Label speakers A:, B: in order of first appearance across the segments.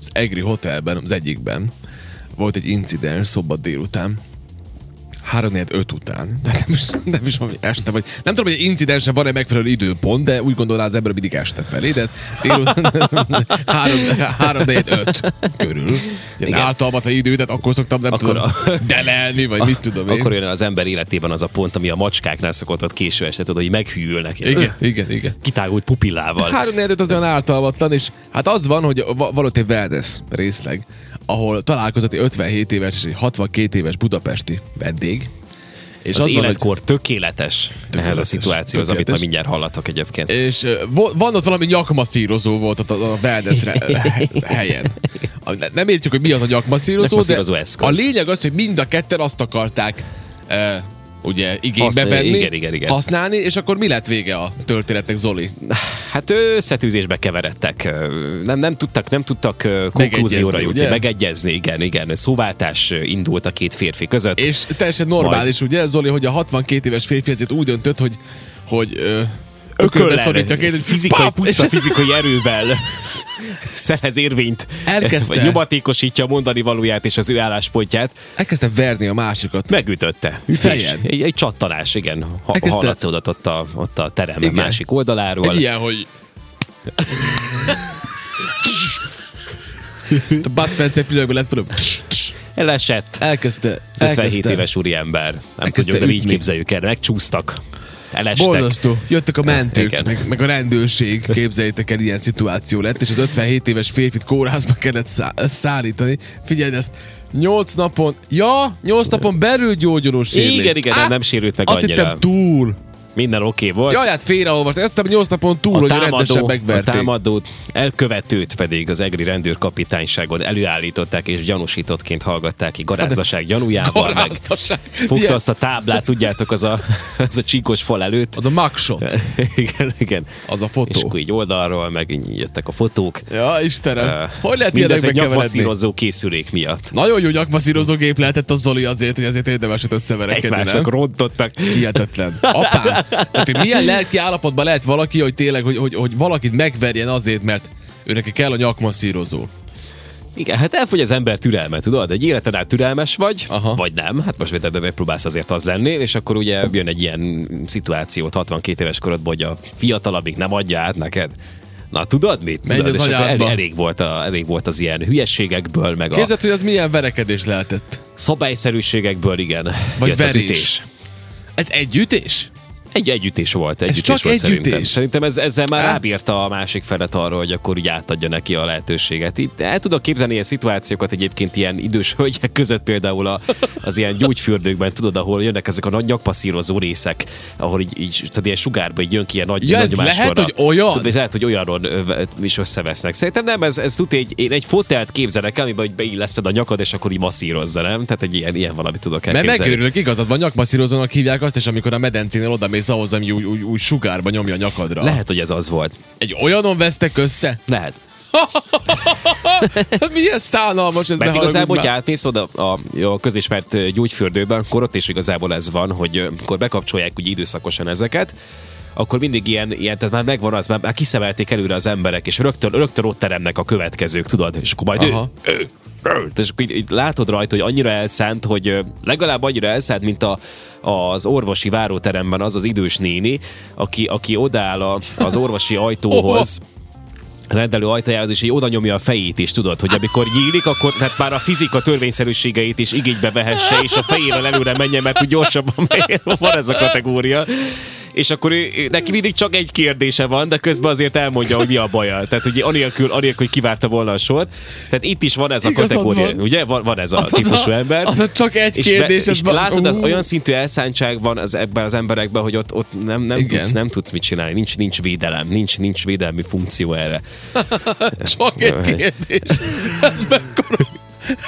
A: az Egri Hotelben, az egyikben volt egy incidens szombat délután, 3 5 után, de nem is, nem is valami este, vagy nem tudom, hogy egy incidensen van-e megfelelő időpont, de úgy gondolná az ember mindig este felé, de ez délután 3, 3 4 5 körül. Ilyen általmatlan idő, tehát akkor szoktam, nem
B: Akkor
A: akkor tudom,
B: a-
A: a... delelni, vagy mit tudom én.
B: Akkor jön az ember életében az a pont, ami a macskáknál szokott ott késő este, tudod, hogy meghűlnek.
A: Igen, Hát, igen, igen.
B: Kitágult pupillával.
A: Három négy az olyan ártalmatlan, és hát az van, hogy va- van ott egy wellness részleg, ahol találkozott egy 57 éves és egy 62 éves budapesti vendég. És
B: És az, az
A: van,
B: életkor hogy... tökéletes, ehhez a
A: Tökéletes,
B: szituációhoz, amit
A: tökéletes.
B: majd mindjárt hallatok egyébként.
A: hogy, és ö, vo- van ott valami nyakmasszírozó volt ott a, a wellness re- helyen. A- ne- Nem értjük, hogy mi az a nyakmasszírozó,
B: Nyakmasszírozó
A: de
B: eszköz.
A: a lényeg az, hogy mind a ketten azt akarták e, ugye igénybe
B: Használni,
A: venni,
B: igen, igen, igen.
A: használni, és akkor mi lett vége a történetnek, Zoli?
B: Hát ő összetűzésbe keveredtek. Ö, Nem, nem tudtak, nem tudtak ö, konklúzióra
A: Megegyezni,
B: jutni,
A: ugye?
B: megegyezni, igen, igen. Szóváltás ö, indult a két férfi között.
A: És teljesen normális, Majd. ugye, Zoli, hogy a 62 éves férfi ezért úgy döntött, hogy, hogy ö, ökölbe szorítja két, hogy
B: fizikai,
A: pap!
B: puszta fizikai erővel szerez érvényt,
A: Elkezdte.
B: vagy nyomatékosítja a mondani valóját és az ő álláspontját.
A: Elkezdte verni a másikat.
B: Megütötte.
A: Fejen.
B: És Egy, egy csattanás, igen, ha,
A: Elkezdte-
B: hallatszódott ott a, ott a terem igen.
A: Igen.
B: másik oldaláról.
A: Egy ilyen, hogy... a Bud Spencer filmekben lett volna.
B: Elesett.
A: Elkezdte,
B: Az 57
A: elkezdte.
B: éves úriember. Nem
A: Elkezdte
B: tudjuk, de így
A: ütni.
B: képzeljük el. Megcsúsztak. Elestek.
A: Borzasztó. Jöttek a mentők,
B: Igen.
A: meg, meg, a rendőrség, képzeljétek el, ilyen szituáció lett, és az 57 éves férfit kórházba kellett szá- szállítani. Figyeld ezt, 8 napon, ja, 8 napon belül gyógyuló sérülés.
B: Igen, igen, nem, nem sérült meg
A: Azt
B: annyira.
A: hittem túl.
B: Minden oké okay volt.
A: Jaj, hát félreolvastam. Ezt a 8 napon túl,
B: a
A: hogy rendesen
B: támadó, a
A: megverték.
B: támadót, elkövetőt pedig az EGRI rendőrkapitányságon előállították és gyanúsítottként hallgatták ki garázdaság gyanújával. Meg
A: Garázdaság.
B: fogta
A: Hát, Ilyen-
B: azt a táblát, tudjátok, az a, az a csíkos fal előtt.
A: Az a mugshot,
B: igen, igen.
A: az a
B: És
A: fotó.
B: akkor így oldalról, meg így jöttek a fotók.
A: Ja, Istenem. Hogy lehet
B: Mindez
A: ilyenekbe
B: egy
A: keveredni?
B: nyakmasszírozó készülék miatt.
A: Nagyon jó nyakmaszírozó gép lehetett a Zoli azért, hogy azért érdemes őt összeverekedni, nem?
B: Egymásnak rontottak.
A: Hihetetlen. Apám, hát, hogy milyen lelki állapotban lehet valaki, hogy tényleg, hogy, hogy, hogy valakit megverjen azért, mert ő neki kell a nyakmasszírozó.
B: Igen, hát elfogy az ember türelme, tudod? Egy életen át türelmes vagy, Aha.
A: Aha.
B: vagy nem. Hát most például megpróbálsz azért az lenni, és akkor ugye jön egy ilyen szituáció 62 éves korodban, hogy a fiatalabbik nem adja át neked. Na tudod mit?
A: Menj
B: Tudod?
A: az
B: és akkor el,
A: anyádba.
B: elég, volt a, elég volt az ilyen hülyeségekből, meg a
A: Képzeld, hogy az milyen verekedés lehetett?
B: szabályszerűségekből, igen.
A: Vagy
B: jött az
A: verés.
B: ütés.
A: Ez egy ütés?
B: Egy együttés volt, együttés
A: csak
B: volt
A: egy
B: szerintem.
A: ütés?
B: Szerintem ez, ezzel már
A: Hát-
B: rábírta a másik felet arra, hogy akkor így átadja neki a lehetőséget. Itt el tudok képzelni ilyen szituációkat egyébként ilyen idős hölgyek között például a, az ilyen gyógyfürdőkben, tudod, ahol jönnek ezek a nagy nyakpasszírozó részek, ahol így, így tehát ilyen sugárba így jön ki ilyen nagy,
A: Ja,
B: nagy
A: ez
B: másolra.
A: lehet, hogy olyan?
B: Tudod, és lehet, hogy olyanon ö, ö, is összevesznek. Szerintem nem, ez, ez tud, egy, én egy fotelt képzelek el, amiben így beilleszted a nyakad, és akkor így masszírozza, nem? Tehát egy ilyen, ilyen valamit tudok
A: Mert
B: elképzelni.
A: megőrülök, igazad van, nyakmasszírozónak hívják azt, és amikor a medencénél odamész ahhoz, ami úgy, úgy, úgy sugárba nyomja a nyakadra.
B: Lehet, hogy ez az volt.
A: Egy olyanon vesztek össze?
B: Lehet.
A: Milyen szánalmas ez,
B: Mert
A: ne
B: igazából,
A: haragudj
B: hogyha
A: már.
B: átmész oda a, a közismert ö, gyógyfürdőben, akkor ott is igazából ez van, hogy ö, amikor bekapcsolják úgy időszakosan ezeket, akkor mindig ilyen, ilyen, tehát már megvan az, már, már kiszemelték előre az emberek, és rögtön, rögtön ott teremnek a következők, tudod? És akkor majd
A: Aha.
B: ő, ő, ő, és akkor így, így látod rajta, hogy annyira elszánt, hogy ö, legalább annyira elszánt, mint a, az orvosi váróteremben az az idős néni, aki, aki odáll a, az orvosi ajtóhoz, rendelő ajtajához, és így oda nyomja a fejét is, tudod, hogy amikor nyílik, akkor hát már a fizika törvényszerűségeit is igénybe vehesse, és a fejével előre menjen, mert úgy gyorsabban megy. van ez a kategória. És akkor ő, ő- neki mindig csak egy kérdése van, de közben azért elmondja, hogy mi a baja. Tehát ugye anélkül, anélkül hogy kivárta volna a sort. Tehát itt is van ez a
A: Igazad
B: kategória,
A: van.
B: ugye? Van, van ez a
A: az
B: típusú
A: a-
B: ember.
A: az a csak egy
B: és be-
A: kérdés,
B: és
A: az van.
B: látod, az
A: Ú.
B: olyan szintű elszántság van az, ebben az emberekben, hogy ott, ott nem, nem,
A: Igen.
B: tudsz, nem tudsz mit csinálni. Nincs, nincs védelem, nincs, nincs védelmi funkció erre.
A: Csak egy kérdés. Ez mekkora...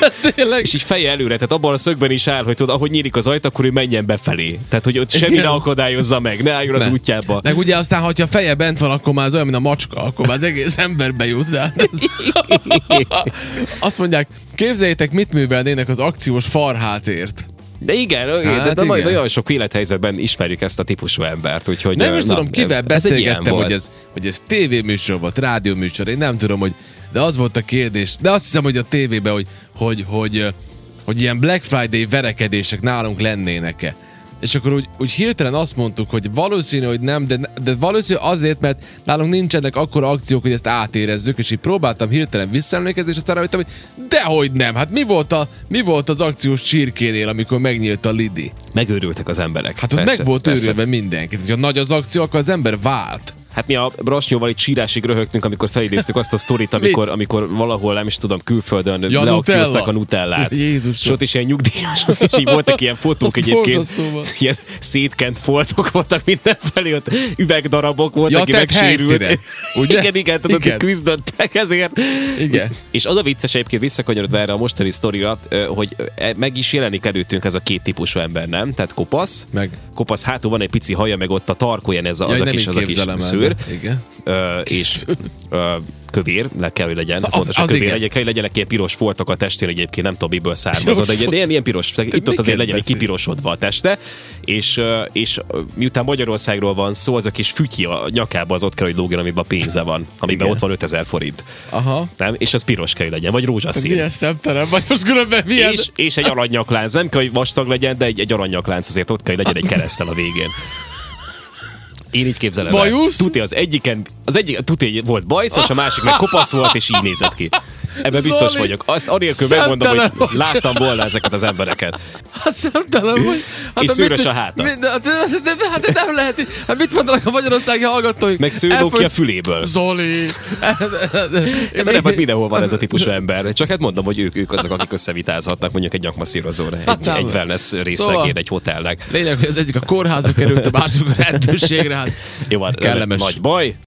A: Ez tényleg...
B: és így feje előre, tehát abban a szögben is áll, hogy tudod, ahogy nyílik az ajtó, akkor ő menjen befelé. Tehát, hogy ott semmi
A: Igen.
B: ne akadályozza meg, ne álljon az
A: Ne.
B: útjába.
A: Meg ugye aztán, hogyha a feje bent van, akkor már az olyan, mint a macska, akkor már az egész emberbe jut. De hát ez... Azt mondják, képzeljétek, mit művelnének az akciós farhátért.
B: De igen, hát de,
A: Hát
B: de igen.
A: igen.
B: nagyon sok élethelyzetben ismerjük ezt a típusú embert, úgyhogy...
A: Nem
B: ö,
A: is tudom,
B: ez
A: kivel
B: egy ilyen
A: beszélgettem,
B: volt.
A: hogy ez, hogy ez tévéműsor volt, rádióműsor, én nem tudom, hogy De az volt a kérdés. De azt hiszem, hogy a tévében, hogy, hogy, hogy, hogy ilyen Black Friday verekedések nálunk lennének-e. És akkor úgy, úgy hirtelen azt mondtuk, hogy valószínű, hogy nem, de, de valószínű azért, mert nálunk nincsenek akkora akciók, hogy ezt átérezzük, és így próbáltam hirtelen visszaemlékezni, és aztán rájöttem, hogy dehogy nem. Hát mi volt, a, mi volt az akciós csirkénél, amikor megnyílt a Lidi?
B: Megőrültek az emberek.
A: Hát ott meg volt őrülve mindenki. Tehát, Ha nagy az akció, akkor az ember vált.
B: Hát mi a Brasnyóval itt sírásig röhögtünk, amikor felidéztük azt a sztorit, amikor, amikor valahol, nem is tudom, külföldön
A: Ja,
B: ja, leakciózták
A: Nutella.
B: a nutellát.
A: Jézusom.
B: És ott is ilyen nyugdíjasok, és így voltak ilyen fotók
A: Az
B: egyébként.
A: borzasztó volt.
B: Ilyen szétkent foltok voltak mindenfelé, ott üvegdarabok voltak,
A: Ja,
B: aki
A: te
B: megsérült.
A: helyszínen, ugye?
B: igen, igen, tudod,
A: Igen.
B: igen. küzdöttek ezért.
A: Igen.
B: És az a vicces egyébként visszakanyarodva erre a mostani sztorira, ö, hogy ö, e, meg is jelenik előttünk ez a két típusú ember, nem? Tehát kopasz,
A: Meg.
B: kopasz hátul van egy pici haja, meg ott a tarkóján ez a, az a
A: nem
B: kis,
A: így
B: az a kis
A: képzelem el,
B: szőr.
A: de- Igen.
B: Ö, és ö, kövér, le kell, hogy legyen,
A: az-
B: fontos, az,
A: az
B: kövér
A: igen.
B: legyen, kell, hogy legyenek ilyen piros foltok a testén egyébként, nem tudom, miből származol, de egy- de ilyen, ilyen piros, itt ott
A: miket
B: azért legyen egy
A: beszél?
B: kipirosodva a teste, és, ö, és ö, miután Magyarországról van szó, az a kis fütyi a nyakába az ott kell, hogy lógjon, amiben a pénze van, amiben
A: Igen.
B: ott van 5000 forint.
A: Aha.
B: Nem? És az piros kell, hogy legyen, vagy rózsaszín.
A: Milyen szemtelen vagy most különben milyen?
B: És, és egy aranyaklánc. Nem kell, hogy vastag legyen, de egy, egy aranyaklánc azért ott kell, hogy legyen egy keresztel a végén. Én így képzelem. el.
A: Bajusz?
B: Tuti az egyiken, az egyik, tuti egy- volt bajsz, és a másik meg kopasz volt, és így nézett ki. Ebben biztos
A: Zoli,
B: vagyok. Azt anélkül megmondom,
A: szemtelen
B: hogy
A: vagy.
B: láttam volna ezeket az embereket.
A: Hát szemtelen vagy. Hát
B: És
A: de
B: szőrös
A: mit-
B: a háta.
A: mi- de, de, de, de, hát de nem lehet. így. Hát mit mondanak a magyarországi hallgatóink?
B: Meg szőrló ki a
A: Apple-
B: füléből.
A: Zoli.
B: De nem, hát mindenhol van ez a típusú ember. Csak hát mondom, hogy ők, ők azok, akik összevitázhatnak mondjuk egy nyakmasszírozóra, egy,
A: Hát nem.
B: egy wellness
A: Szóval-
B: részlegén, egy hotelnek.
A: Lényeg, hogy az egyik a kórházba került, a másik a rendőrségre. Hát
B: Jó, van,
A: kellemes.
B: nagy baj,